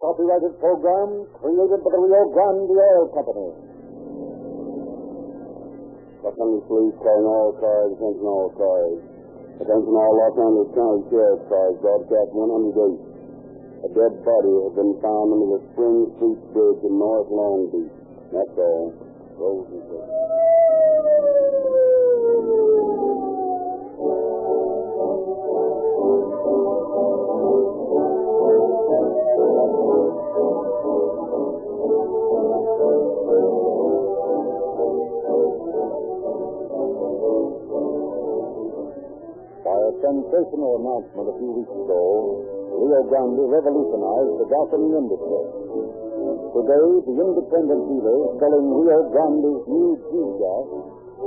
copyrighted program created by the Rio Grande Oil Company. Buckland Police calling all cars, attention all cars. Attention all Los Angeles County Sheriff's cars, broadcast 108. A dead body has been found under the Spring Street Bridge in North Long Beach. That's all. Those and those. By a sensational announcement a few weeks ago, Rio Grande revolutionized the gasoline industry. Today, the independent dealers selling Rio Grande's new G-Gas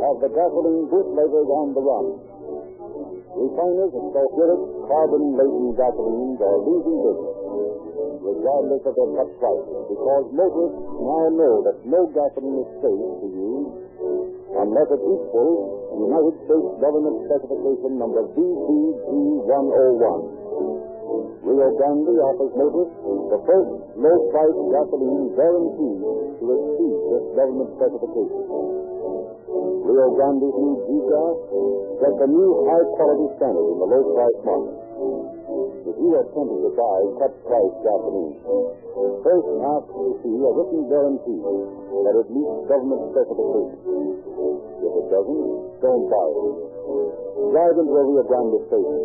have the gasoline bootleggers on the run. Refiners of sulfuric, carbon-laden gasolines are losing business, regardless of their cut prices, because motorists now know that no gasoline is safe to use unless it equals United States Government Specification Number BCG101. Rio Grande offers motorists the first low-priced gasoline guaranteed to exceed this government specification. Rio Grande's new G-Gas sets a new high-quality standard in the low-price market. If you are tempted to buy cut-price gasoline, first ask to see a written guarantee that it meets government specifications. If it doesn't, don't buy it. Drive into a Rio Grande station.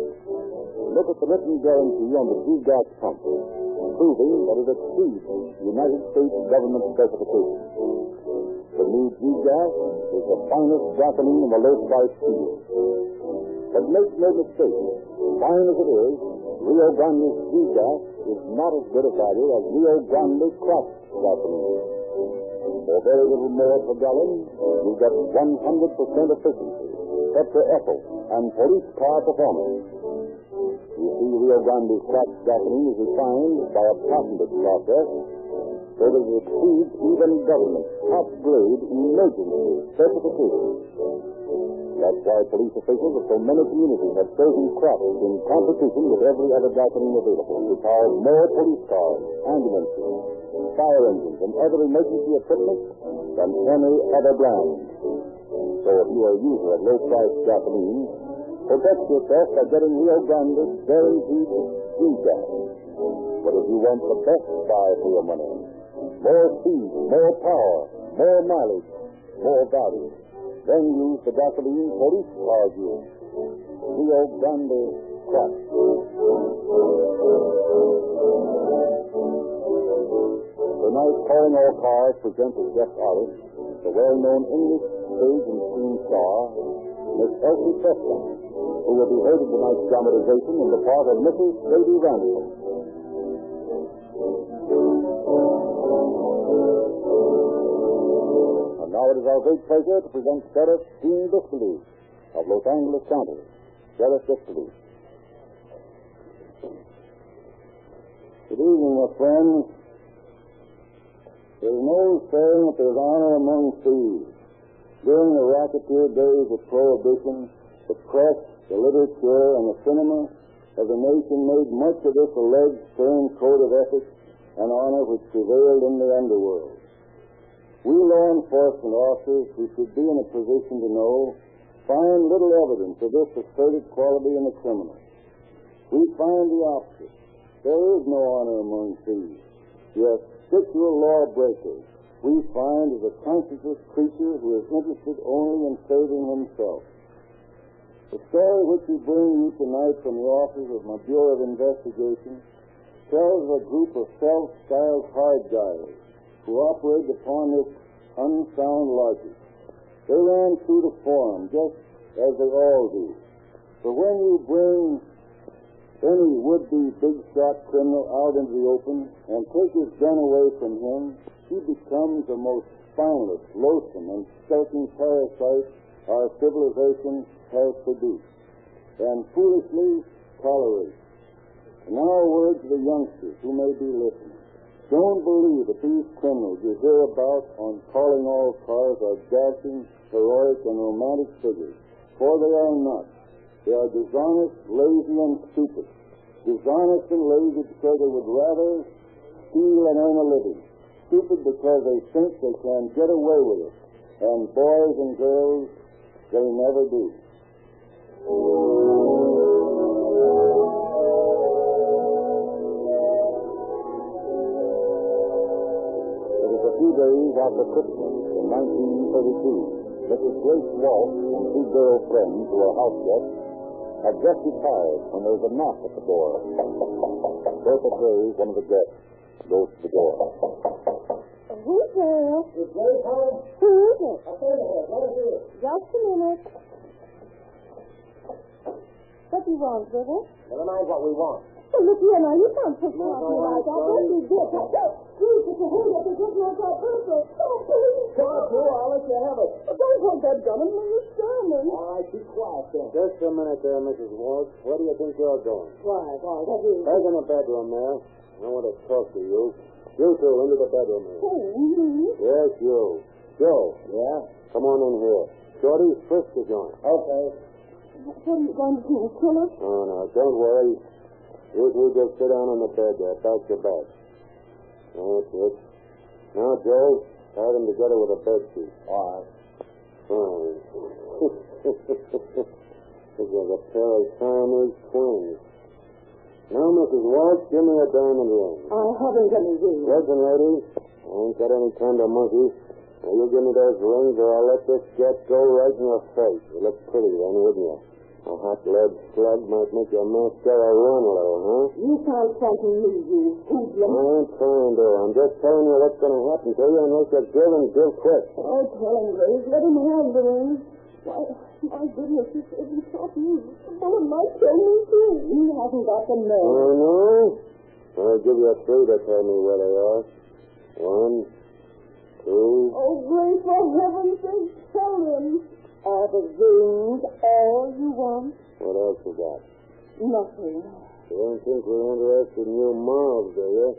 Look at the written guarantee on the G-Gas pump, proving that it exceeds United States government specifications. The new G-Gas is the finest gasoline in the low-price field. But make no mistake, fine as it is, Rio Grande's G-Gas is not as good a value as Rio Grande Craft gasoline. For very little more per gallon, you get 100% efficiency, better effort, and police car performance. You see, Rio Grande's Craft gasoline is refined by a patented process so that it exceeds even government top-grade emergency certification. That's why police officials of so many communities have chosen Crocs in competition with every other gasoline available to power more police cars, ambulances, fire engines, and other emergency equipment than any other brand. So if you are a user of low-priced gasoline, protect yourself by getting Rio Grande's guaranteed G-Gas. But if you want the best buy for your money, more speed, more power, more mileage, more value, then use the gasoline police cars use. Rio Grande Crush. Tonight, Calling All Cars presents as guest artist the well-known English stage and screen star, Miss Elsie Preston, who will be heard in tonight's dramatization in the part of Mrs. Sadie Ransom. And now it is our great pleasure to present Sheriff Dean Distlees of Los Angeles County. Sheriff Distlees. Good evening, my friends. There's no saying that there's honor among thieves. During the racketeer days of Prohibition, the press, the literature, and the cinema of the nation made much of this alleged stern code of ethics and honor which prevailed in the underworld. We law enforcement officers who should be in a position to know find little evidence of this asserted quality in the criminal. We find the opposite. There is no honor among thieves. Yes, habitual lawbreakers we find is a conscientious creature who is interested only in saving himself. The story which we bring you tonight from the office of my Bureau of Investigation tells of a group of self-styled hard guys who operated upon this unsound logic. They ran through the form just as they all do. But when you bring any would-be big shot criminal out into the open and take his gun away from him, he becomes the most spineless, loathsome, and skulking parasite our civilization has produced and foolishly tolerates. Now a word to the youngsters who may be listening. Don't believe that these criminals you hear about on Calling All Cars are dashing, heroic, and romantic figures, for they are not. They are dishonest, lazy, and stupid. Dishonest and lazy because they would rather steal and earn a living. Stupid because they think they can get away with it. And boys and girls, they never do. It was a few days after Christmas in 1932. Mrs. Grace Walsh and two girlfriends who were house guests had just retired when there was a knock at the door. Bertha Graves, one of the guests, goes to the door. Who's there? Is Grace home? Who is it? A friend of hers. Let us hear it. Just a minute. What do you want, River? Never mind what we want. Well, look here now. You can't push me off all me right, like that. darling. Don't you dare. Please, if you hurry up and get me off that birthday. Oh, please. Come on, Lou. I'll let you have it. Oh, Don't hold that gun in my sermon. All right, be quiet then. Just a minute there, Mrs. Walsh. Where do you think you're going? Why, why, what is Back in the bedroom there. I want to talk to you. You two, into the bedroom here. Hey, me? Yes, you. Joe, Yeah? come on in here. Shorty, frisk is on. Okay. What are you going to do, kill us? Oh, no, don't worry. You two just sit down on the bed there, back to back. That's it. Now, Joe, tie them together with a bed sheet. All right. Oh. this is a pair of Siamese twins. Now, Mrs. Walsh, give me a diamond ring. I haven't any ring. Listen, lady, I ain't got any time to monkey. Now, you give me those rings or I'll let this jet go right in your face. You look pretty then, wouldn't you? A hot lead slug might make your mascara run a little, huh? You can't frighten me, you hoodlum. I ain't trying to. I'm just telling you what's going to happen to you unless you give and give quick. Oh, tell him, Grace. Let him have the ring. Why, my goodness, this isn't shot me. The bullet might kill me, too. He hasn't got the nerve. Oh, no? I'll give you three to tell me where they are. One, two, Oh, Grace, for heaven's sake, tell him. Are the rings all you want? what else you got? Nothing. You don't think we're interested in you mobs, do you?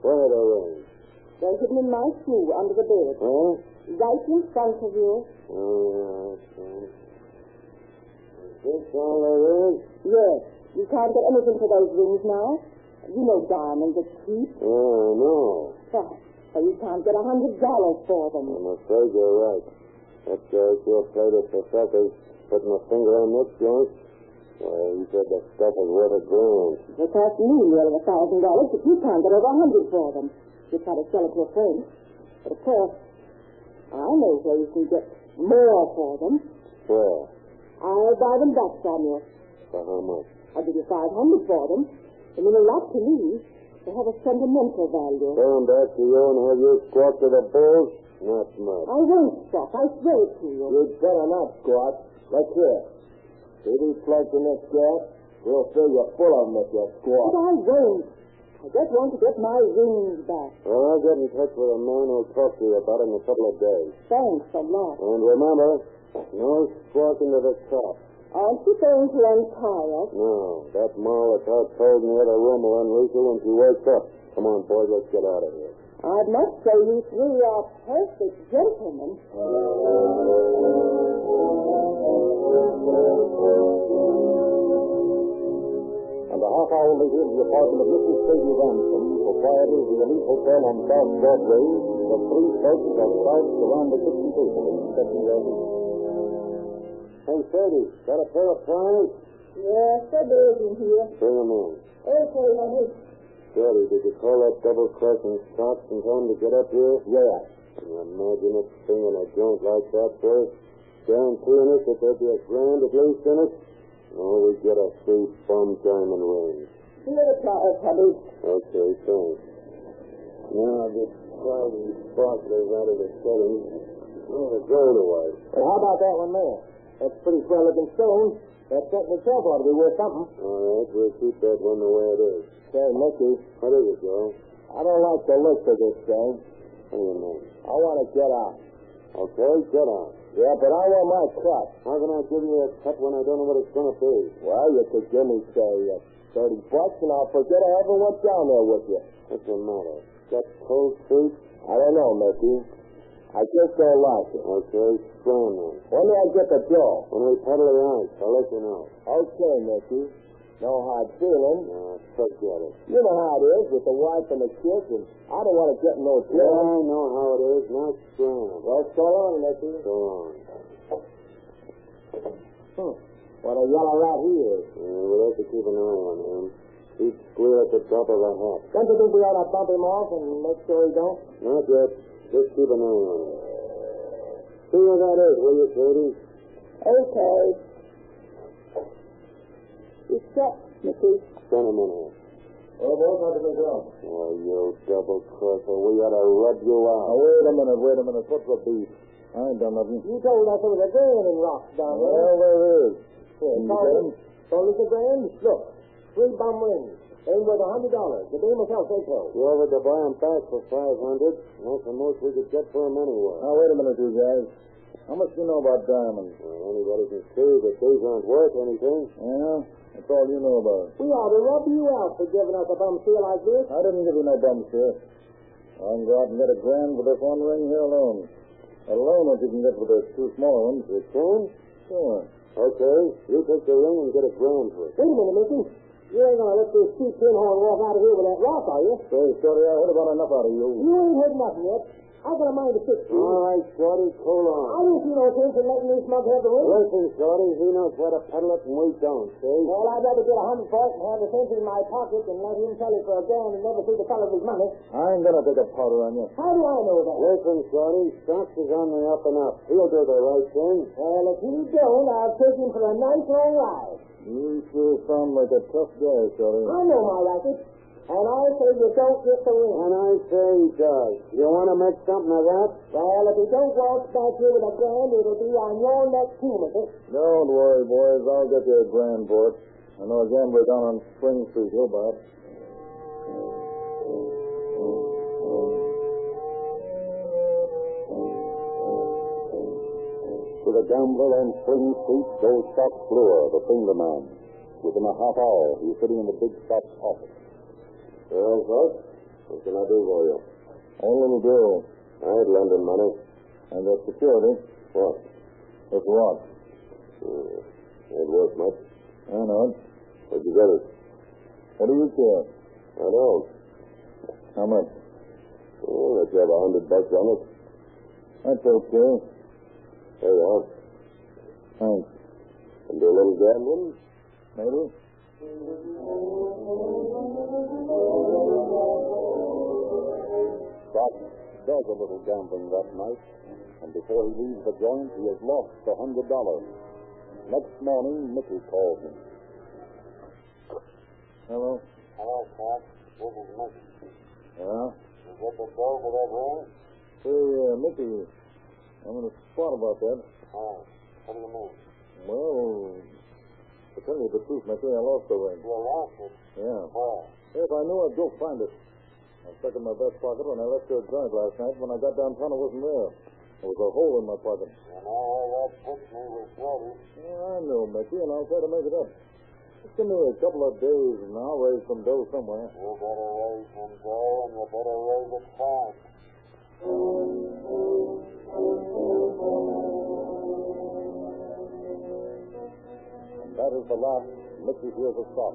Where are the rings? They're hidden in my shoe under the bed, Huh? right in front of you. Oh, yeah, okay. Is this all there is? Yes, you can't get anything for those rings now. You know diamonds are cheap. Yeah, I know. Why, why, you can't get a hundred dollars for them. I'm afraid you're right. That guy's sure played it for suckers. Put my finger on this joint. Well, he said the stuff is worth a grand. They cost me nearly a thousand dollars, but you can't get over a hundred for them. You try to sell it to a friend. But of course, I know where you can get more for them. Well, I'll buy them back from you. for how much? I'll give you five hundred for them. They mean a lot to me. They have a sentimental value. Pay him back to you and have you squawk to the bulls? Not much. I won't stop. I swear it to you. You'd better not squawk. Look here. See these plugs in this gas? We'll fill you full of them if you But squawk. I won't. I just want to get my rings back. Well, I'll get in touch with a man who'll talk to you about it in a couple of days. Thanks a lot. And remember, no squawking to the top. Aren't you going to untie us? No, that Molotov told me the room will unleash her when she wakes up. Come on, boys, let's get out of here. I must say you three are perfect gentlemen. And a half hour later, the apartment of Mrs. Sadie Ransom, proprietor of the Elite Hotel on South Broadway, the three folks of South around the kitchen table inspecting their meal. Hey, Sadie, got a pair of pliers? Yes, the baby here. Bring them in. Okay, honey. Daddy, did you call that double crossing stocks in time to get up here? Yeah. Can you imagine it singing a joint like that, boy? Guaranteeing us that there'd be a grand at least in it? Oh, we get a free bum diamond ring. Give me the flowers, honey. Okay, thanks. Now, this crazy sparkler's out of the setting. Where the gold away? Well, how about that one there? That's pretty swell looking stone. That set in itself ought to be worth something. All right, we'll keep that one the way it is. Say, Mickey, What is it, Joe? I don't like the looks of this thing. What do you mean? I want to get out. Okay, get out. Yeah, but I want my cut. How can I give you a cut when I don't know what it's going to be? Well, you could give me, say, uh, 30 bucks, and I'll forget I ever went down there with you. What's the matter? Got cold feet? I don't know, Mickey. I just don't like it. Okay, strong then. When do I get the bill? When we paddle the ice, I'll let you know. Okay, Mickey. No hard feelings. No, forget it. You know how it is with the wife and the kids, and I don't want to get in those Yeah, trouble. I know how it is. Now stand. Well, so long, Nicky. So long. What a yellow rat he is. Uh, we'll have to keep an eye on him. He's clear at the top of the hat. Don't you think we ought to bump him off and make sure he don't? Not yet. Just keep an eye on him. See where that is, will you, Katie? Okay. It's set, Mickey. Send him in here. Oh, both have to be wrong. Oh, you double crosser. We ought to rub you Oh, Now, out. wait a minute, wait a minute. What's the beef? I ain't done nothing. You told us there was a grand in rocks down there. Well, there is. Here, you call got it. Told us a grand? Look, three bum rings. They worth a hundred dollars. The dame herself says so. You offered to buy him back for 500 That's the most we could get for him anyway. Now, wait a minute, you guys. How much you know about diamonds? Well, anybody can see that these aren't worth anything. Yeah? That's all you know about it. We ought to rub you out for giving us a bum feel like this. I didn't give you no bum shit. I can go out and get a grand for this one ring here alone. Alone what you can get for those two small ones. You can? Sure. Okay. You take the ring and get a grand for it. Wait a minute, Mickey. You ain't gonna let this cheap pinhorn walk out of here with that rock, are you? So, Shorty, I heard about enough out of you. You ain't heard nothing yet. I got a mind to fix you. Uh. All right, Shorty, hold I on. don't see no sense in letting this mug have the ring. Listen, Shorty, he knows how to peddle it and we don't, see? Well, I'd rather get a hundred for it and have the sense in my pocket than let him sell it for a grand and never see the color of his money. I ain't gonna take a powder on you. How do I know that? Listen, Shorty, Stocks is on the up and up. He'll do the right thing. Well, if he don't, I'll take him for a nice long ride. You sure sound like a tough guy, Shorty. I know my racket. And I say you don't get the ring. And I say he does. You want to make something of that? Well, if he don't walk back here with a grand, it'll be on your neck too, Mister. Don't worry, boys. I'll get you a grand for it. I know a gambler down on Spring Street. He'll buy it. To the gambler on Spring Street goes Stock Fleur, the finger man. Within a half hour, he's sitting in the big Stock's office. Well, folks, what can I do for you? Only little girl. I'd lend him money. And the security. What? It's what? Uh, ain't worth much. I know it. Where'd you get it? What do you care? I don't. How much? Oh, let's have a hundred bucks on it. That's okay. There you are. Thanks. And do a little gambling. Maybe? Doc does a little gambling that night, and before he leaves the joint, he has lost a hundred dollars. Next morning, Mickey calls him. Hello? Hello, Doc. This is Mickey. Yeah? You get the dough for that ring? Hey, uh, Mickey. I'm in a spot about that. Oh, what do you mean? Well, to tell you the truth, Mickey, I lost the ring. You lost it. Yeah. Where? If I knew, I'd go find it. I stuck it in my back pocket when I left your joint last night. When I got downtown, it wasn't there. There was a hole in my pocket. You know where that puts me with Shorty. Yeah, I know, Mickey, and I'll try to make it up. Just give me a couple of days, and I'll raise some dough somewhere. You better raise some dough, and you better raise it fast. And that is the last Mickey hears of Stop.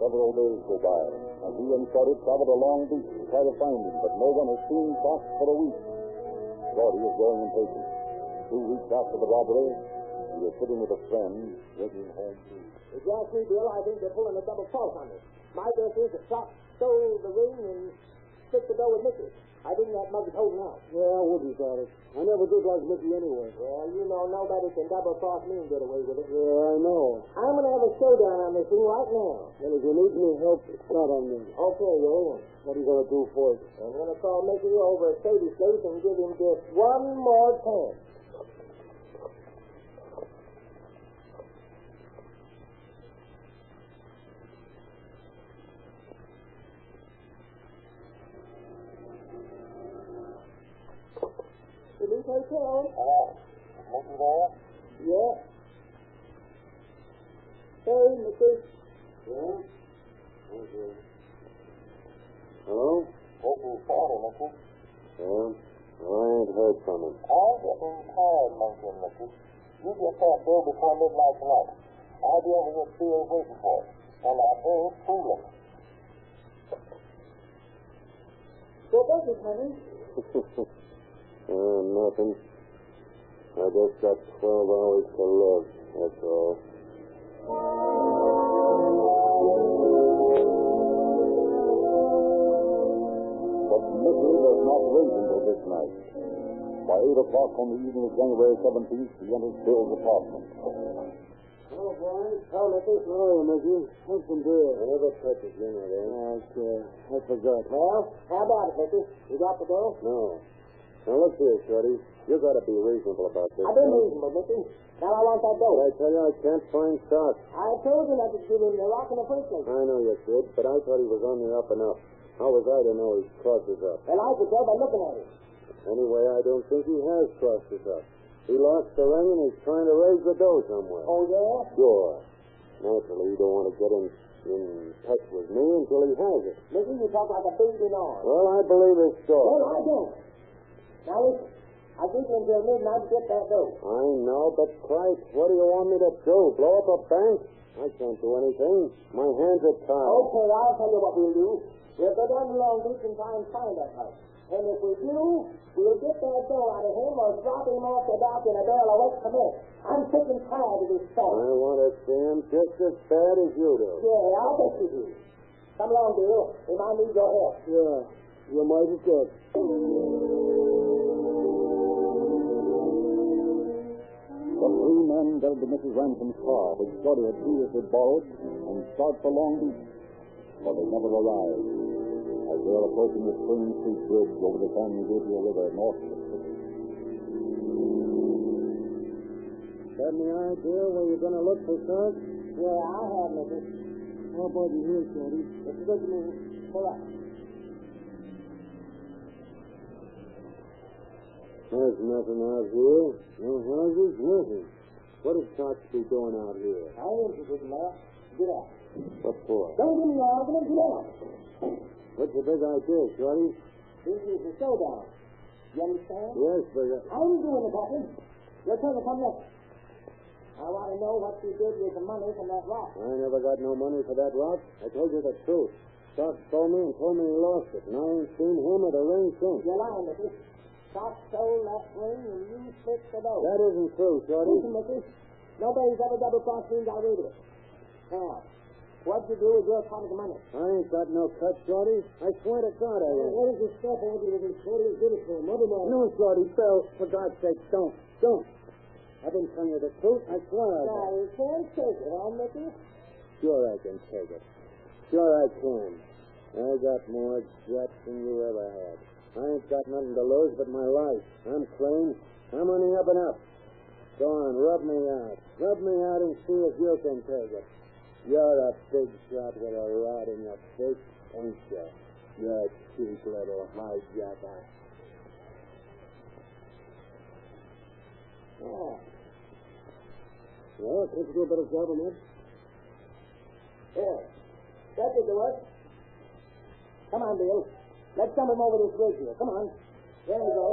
Several days go by, and he and Shorty travel to Long Beach to try to find him, but no one has seen Stop for a week. Shorty is growing impatient. Two weeks after the robbery, he is sitting with a friend, drinking home tea. If you ask me, Bill, I think they're pulling a double false on us. My guess is that Fox stole the ring and split the dough with Mickey. I think that mug is holding out. Yeah, I wouldn't, Charlie. I never did like Mickey anyway. Well, you know nobody can double cross me and get away with it. Yeah, I know. I'm gonna have a showdown on this thing right now. Well, if you need any help, start on me. Okay, you in. What are you going to do for it? I'm gonna call Mickey over at Sadie's place and give him just one more chance. Did he take care? Oh, Mickey there? Yeah. Hey, Mickey. Yeah? Okay. Hello? Mickey Father, Mickey. Yeah? I ain't heard from him. I'm getting tired, Lincoln, Mickey. You get that bill before midnight tonight. I'll be over here at Steele's waiting for you. and are very foolish. What was it, honey? uh, nothing. I just got 12 hours to live, that's all. But Mickey was not waiting until this night. By 8 o'clock on the evening of January 17th, he entered Bill's apartment. Oh, boy. How the first lawyer, Mickey? Have some beer. I never touched it, you know that. Ah, I forgot. Well, How about it, Mickey? You got the girl? No. Now look here, Shorty. You gotta be reasonable about this. I've been reasonable, Mickey. Now I want that Did dough. I tell you I can't find stocks? I told you not to shoot him in the rock in the first place. I know you did, but I thought he was on the up and up. How was I to know he crosses up? Well, I could tell by looking at him. Anyway, I don't think he has crossed us up. He lost the ring and he's trying to raise the dough somewhere. Oh, yeah? Sure. Naturally, you don't want to get in, in touch with me until he has it. Mickey, you talk like a baby in arms. Well, I believe his Well, story. I don't. Now listen, I think until midnight to get that dough. I know, but Christ, what do you want me to do? Blow up a bank? I can't do anything. My hands are tied. Okay, I'll tell you what we'll do. We'll go down to Long Beach and try and find that house. And if we do, we'll get that dough out of him or drop him off the dock in a barrel of wet cement. I'm sick and tired of this I story. want to see him just as bad as you do. Yeah, I'll bet you do. Come along, Bill. We might need your help. Yeah, you might as good. The three men got into Mrs. Ransom's car, which Shorty had previously borrowed, and start for Long Beach. But they never arrived. As they were approaching the Spring Creek Bridge over the San Gabriel River, north of the city. Got any idea where you're going to look for Sark? Yeah, I have, Mrs. How about you here, Shorty? This is good to me. Pull up. There's nothing out here. No houses, nothing. What is Sark be doing out here? I ain't interested in that. Get out. What for? Don't give me your argument. Get out. What's your big idea, Shorty? This is a showdown. You understand? Yes, but... Uh, I'm doing it, Captain. Your turn to come next. I want to know what you did with the money from that rock. I never got no money for that rock. I told you the truth. Sark told me and told me he lost it, and I ain't seen him at a ring since. You're lying, Mickey. Doc stole that ring and you split the dough. That isn't true, Shorty. Listen, Mickey. Nobody's ever double-crossed me and got away with it. Now, what'd you do with your part of the money? I ain't got no cut, Shorty. I swear to God I ain't. is this stuff I did with Shorty did it for? Mother man. No, Shorty, Bill, for God's sake, don't. Don't. I've been telling you the truth. I swear I Now, have. you can't take it, huh, Mickey? Sure I can take it. Sure I can. I got more guts than you ever had. I ain't got nothing to lose but my life. I'm clean. I'm on the up and up. Go on, rub me out. Rub me out and see if you can take it. You're a big shot with a rod in your face, ain't you? You're a cheap little hijacker. Yeah. Oh. Well, can't you do a better job on that? Yeah. That did the work. Come on, Bill. Let's dump him over this bridge here. Come on. There we go.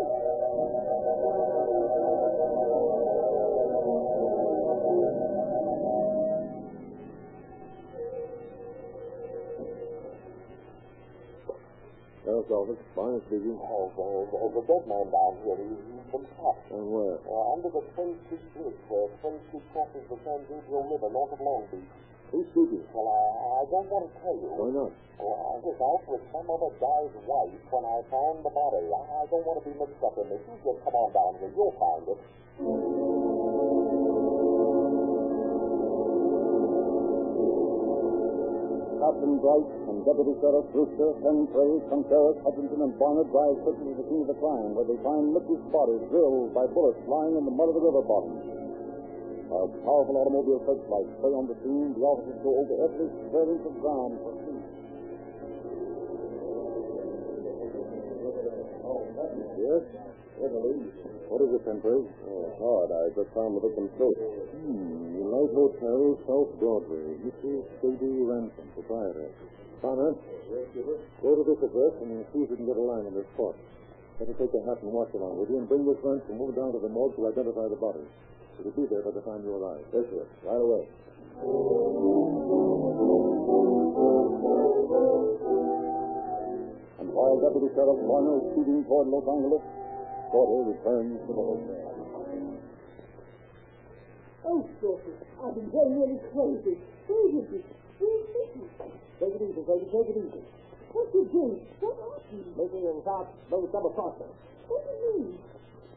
Sheriff's office. Barnes speaking. Oh, there's, there's a dead man down here. He, he's been shot. And where? Uh, under the Spring Creek Bridge, where Spring Creek crosses the San Gabriel River, north of Long Beach. Who's speaking? Well, I, I don't want to tell you. Why not? Well, I was out with some other guy's wife when I found the body. I, I don't want to be mixed up in this. You just come on down here. You'll find it. Captain Bright and Deputy Sheriff Brewster, Fentrey, Contreras, Hutchinson, and Barnard drive quickly to the scene of the crime, where they find Mickey's body drilled by bullets lying in the mud of the river bottom. A powerful automobile searchlight play on the scene. The officers go over every square inch of ground for clues. Yes? What is it, Temporary? Oh, hard. I just found the victim's coat. Hmm. Light Hotel, South Broadway. Mrs. Sadie Ransom, proprietor. Connor, go to this address and see if you can get a line on this spot. Let me take a hat and watch along with you and bring this Ransom over down to the morgue to identify the body. It'll be there by the time you arrive. Yes, sir. Right away. While Deputy Sheriff Warner is speeding toward Los Angeles, Porter returns to the hotel. Oh, Dorothy, I've been going really crazy. Crazy. Crazy. Take it easy, baby. Take it easy. What you doing? What happened? Making it without no double crossing. What do you mean?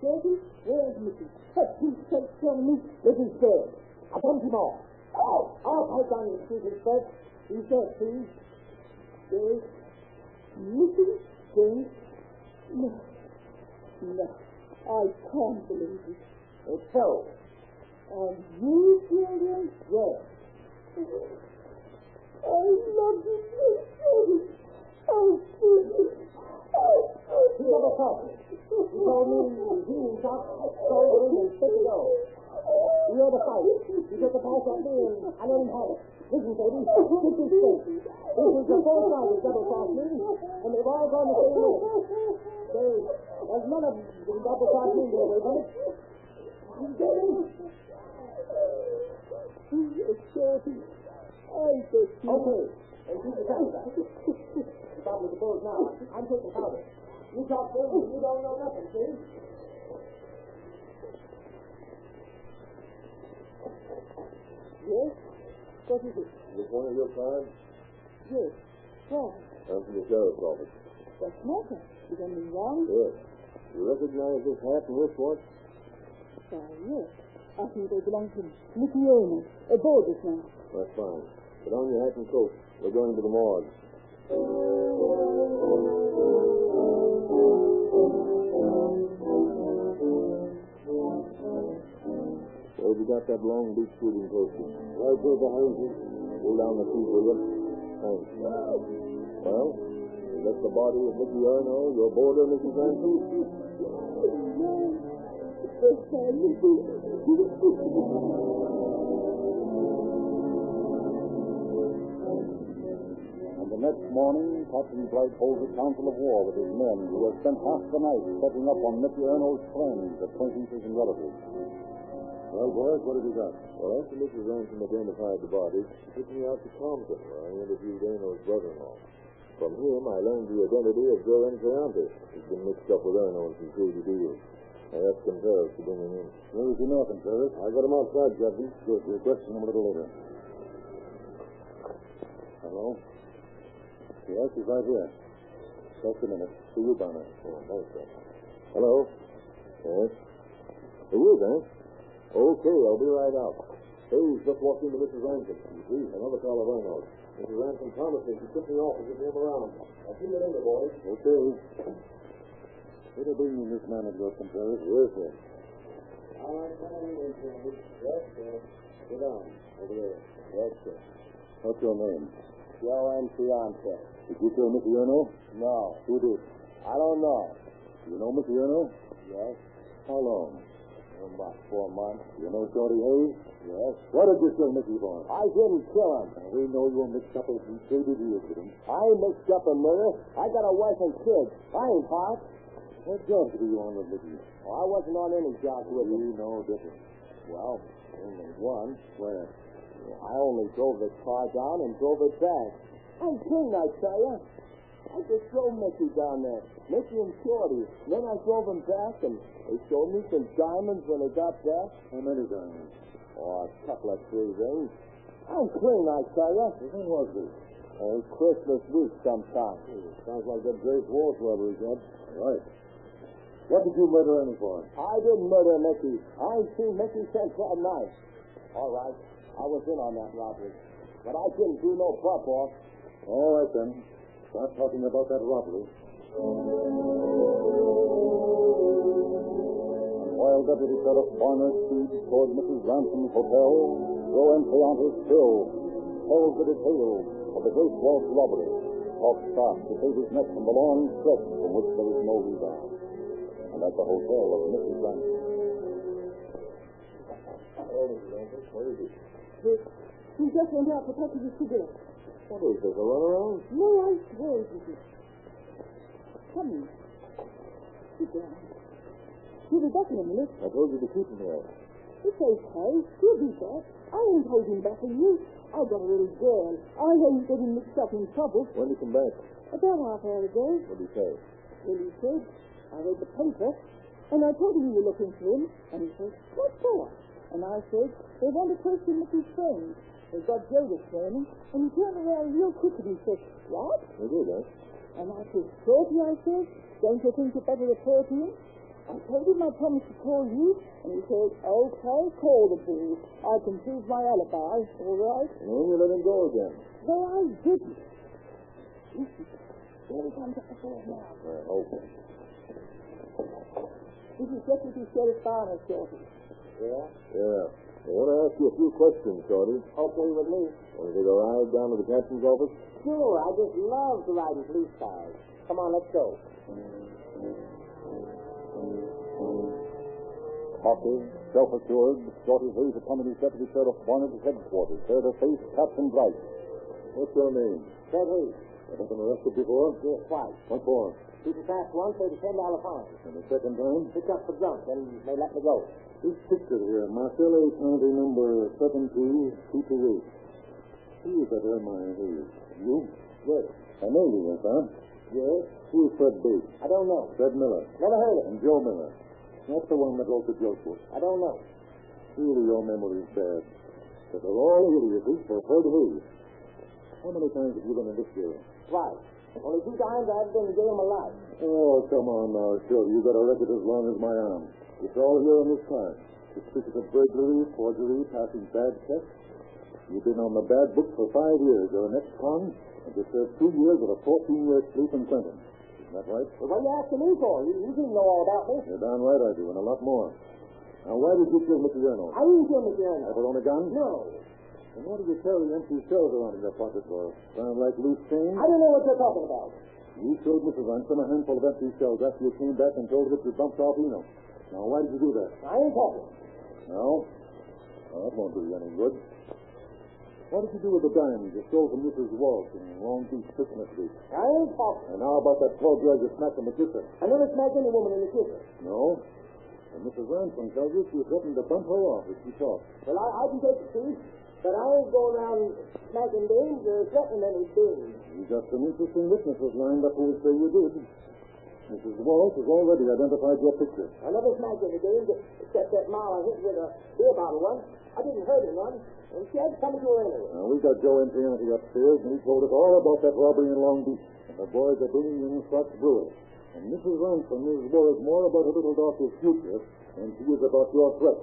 Dorothy, where is Mickey? What you said tell me? Lizzie's dead. I want him off. Oh, I'll take on the street instead. He's dead, see? There's Mickey James? No. No. I can't believe it. It's so. And you, Julian? Yes. I love you so much. Oh, Julian. Oh, He double crossed. He told me he was shot, sold him, and took it all. We had a fight. He took the pass off me, and I let him have it. Listen, baby, this is safe. This is the fourth time he's double crossed me, and they've all gone the same way. They, there's none of them double crossed me, there, they've done it. Okay. And keep the time back. Stop with the bulls now. I'm taking powder. You talk things you don't know nothing, see? Yes? What is it? Is one of your clients? Yes. Well, I'm from the sheriff's office. what's the matter? Is anything wrong? Yes. You recognize this hat and wristwatch? Why, yes. I think they belong to Mickey Owen, a bogus man. That's fine. Put on your hat and coat. We're going to the morgue. Where have you got that long beach shooting posted? Right there behind you. Pull down the seat, will you? Thanks. Well, that's the body of Mickey Arno, your boarder, Mrs. Nancy. And the next morning, Captain Blake holds a council of war with his men who have spent half the night setting up on Mickey Arnold's friends, acquaintances, and relatives. Well, boys, what have you got? Well, after Mrs. Ransom identified the body, she took me out to Compton, where I interviewed Arnold's brother-in-law. From him, I learned the identity of Joe Enfriante, who's been mixed up with Arnold since shady deals. I asked Contreras to bring him in. Where is he now, Contreras? I got him outside, Captain. Good. We'll question him a little later. Hello? Yes, he's right here. Just a minute. To you, Bonner. Oh, thanks, sir. Hello? Yes? To you, then? Okay, I'll be right out. Hayes just walked into Mrs. Ransom. You see, another call of Arnold. Mrs. Ransom promised me she took me off and get him around. I'll see you later, boys. Okay. Will you bring me this man of yours, Contreras? Yes, sir. Yes, sir. Sit down. Over there. Yes, sir. What's your name? Joe and fiance. Did you kill Miss Yerno? No. Who did? I don't know. You know Miss Yerno? Yes. How long? About four months. You know Shorty Hayes? Yes. What did you kill Mickey for? I didn't kill him. We know you were mixed up with some shady deals with him. I mixed up a murder. I got a wife and kids. I ain't hot. What job were you on with Mickey? Oh, I wasn't on any job with him. We know different. Well, only one. Where? I only drove the car down and drove it back. I'm king, I tell you. I just drove Mickey down there. Mickey and Shorty. Then I drove him back, and they showed me some diamonds when they got back. How many times? Oh, a couple of three rings. I'm clean, I tell you. When was this? On Christmas week sometime. Sounds like that Grace Walsh robbery, Judge. Right. What did you murder him for? I didn't murder Mickey. I ain't seen Mickey since that night. All right, I was in on that robbery. But I didn't do no bump off. All right, then. Stop talking about that robbery. While Deputy Sheriff Barner speeds toward Mrs. Ransom's hotel, Joe Enfriante still tells the details of the Grace Walsh robbery, talks fast to save his neck from the long stretch from which there is no rebound. And at the hotel of Mrs. Ransom. Hello, Mrs. Ransom. What is it? He just went out for packing his cigarette. What is this, a runaround? No, I swear it isn't. Come in. Sit down. He'll be back in a minute. I told you to keep him here. It's okay. He'll be back. I ain't holding back on you. I got a little girl. I ain't getting mixed up in trouble. When did you come back? A bill out there today. What do you say? And he said, I read the paper, and I told him you were looking for him. And he said, what for? And I said, they want to take him with his friends. They've got Yoda training. And he turned around real quick and he said, what? They do that. And I said, Bertie, I said, don't you think you'd better refer to him? I told him I promised to call you, and he said, okay, call the bee. I can prove my alibi, all right? And then you let him go again. No, I didn't. Listen, here he comes at the door now. Well, okay. This is Deputy Sheriff Barnes, Shorty. Yeah? Yeah. I want to ask you a few questions, Shorty. Okay with me. Want to take a ride down to the captain's office? Sure, I just love to ride in police cars. Come on, let's go. Positive, self-assured, Shorty hurries upon the new deputy sheriff Barnard's headquarters, there to face Captain Bright. What's your name? Fred Hayes. Ever been arrested before? Yes, twice. What for? Keep it past once, they ten dollar fine. And the second time? Pick up for junk, then they let me go. This picture here, Marcello County number 72228. Who is that Hermione Hayes? You? Yes. I know you went on. Yes? Who is Fred Bates? I don't know. Fred Miller. Never heard of him. And Joe Miller. That's the one that wrote the joke book. I don't know. Really, your memory is bad. But they're all aliases for Fred Hayes. How many times have you been in this jail? Twice. Only two times I've been in jail in my life. Oh, come on now, sure. You got a record as long as my arm. It's all here in this card. Suspicious of burglary, forgery, passing bad checks. You've been on the bad book for five years. You're an ex-con, and you served two years with a 14-year sleep in prison. Isn't that right? But what are you asking me for? You, you didn't know all about me. You're darn right I do, and a lot more. Now, why did you kill Mr. Yerno? I didn't kill Mr. Ernest. Ever own a gun? No. And what did you carry empty shells around in your pocket for? Sound like loose change? I don't know what you're talking about. You killed Mrs. Ransom a handful of empty shells after you came back and told her that you bumped off Eno. Now, why did you do that? I ain't talking. No? Well, that won't do you any good. What did you do with the diamonds you stole from Mrs. Walsh in Long Beach Christmas week? I ain't talking. And how about that poor girl you smacked in the kitchen? I never smacked any woman in the kitchen. No? And Mrs. Ransom tells you she threatened to bump her off if she talked. Well, I, I can take the truth, but I ain't going around smacking dames or threatening any dames. You got some interesting witnesses lined up who would say you did. Mrs. Walsh has already identified your picture. I never smacked any dames except that mile I hit with a beer bottle once. I didn't hurt him once, and she had to come to her anyway. Now, we got Joe Impianti upstairs, and he told us all about that robbery in Long Beach. And the boys are bringing in Scotch Brewer. And Mrs. Ransom is worried more about her little daughter's future than she is about your threat.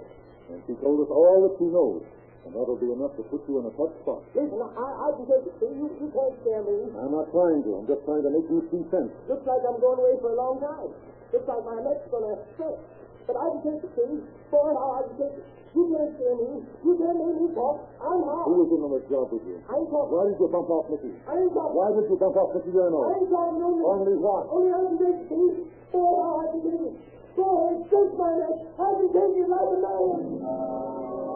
And she told us all that she knows. And that'll be enough to put you in a tough spot. Listen, I, I can take the truth. You, you can't scare me. I'm not trying to. I'm just trying to make you see sense. Looks like I'm going away for a long time. Looks like my neck's gonna stretch. But I can take the truth. For now, I can take it. You can't scare me. You can't make me talk. I'm Who out. was in on the job with you? I ain't talking. Why did you bump off Mickey? I ain't talking. Why did you bump off Mickey I Yarno? ain't talking no more. Only one. Only I can take the truth. For now, I can take it. Go ahead, shake my neck. I can take you right in my hand.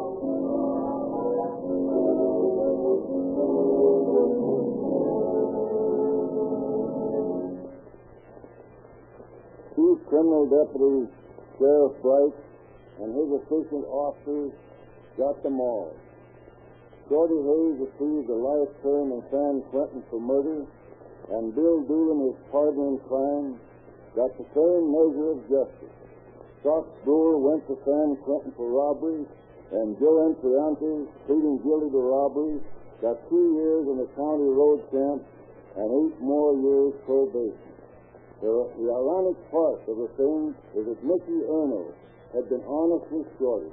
Two criminal deputies, Sheriff Bright, and his assistant officers got them all. Shorty Hayes received a life term in San Quentin for murder, and Bill Doolin, his partner in crime, got the same measure of justice. Scott Brewer went to San Quentin for robbery, and Joe Entriante, pleading guilty to robbery, got two years in the county road camp and eight more years probation. The, the ironic part of the thing is that Mickey Erno had been honest with Shorty,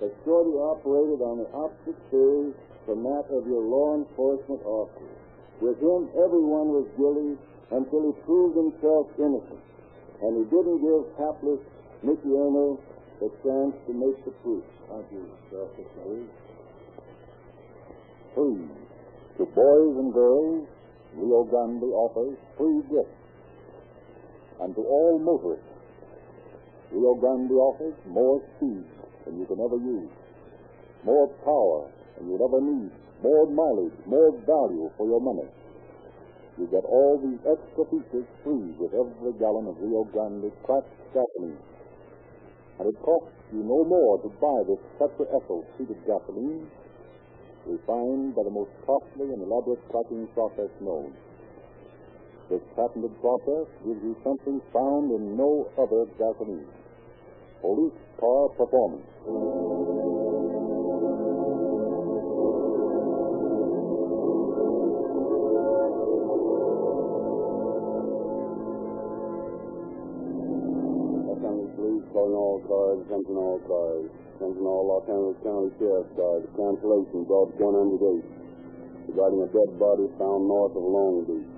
but Shorty operated on the opposite theory from that of your law enforcement officer. With him, everyone was guilty until he proved himself innocent, and he didn't give hapless Mickey Erno the chance to make the proof. Aren't you self-assured? Free to boys and girls, Rio Grande offers free gifts. And to all motorists, Rio Grande offers more speed than you can ever use, more power than you'd ever need, more mileage, more value for your money. You get all these extra features free with every gallon of Rio Grande cracked gasoline. And it costs you no more to buy this Tetra Ethyl treated gasoline refined by the most costly and elaborate cracking process known. This patented process gives you something found in no other gasoline. Police Car Performance. Los Angeles Police calling all cars, attention all cars, attention all Los Angeles County Sheriff's cars. Cancellation brought gun under gate regarding a dead body found north of Long Beach.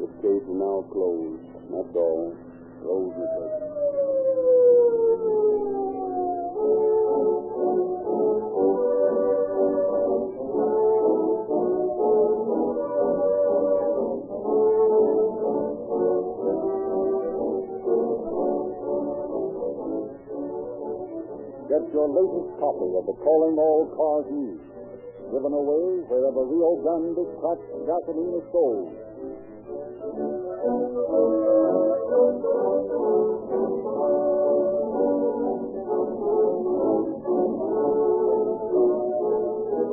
This case is now closed. That's all. Closed the case. Get your latest copy of the Calling All Cars News, given away wherever Rio Grande cracked gasoline is sold.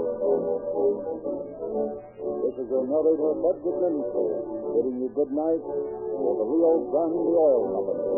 This is your narrator, Edward Lindsay, bidding you good night for the Rio Grande Oil Company.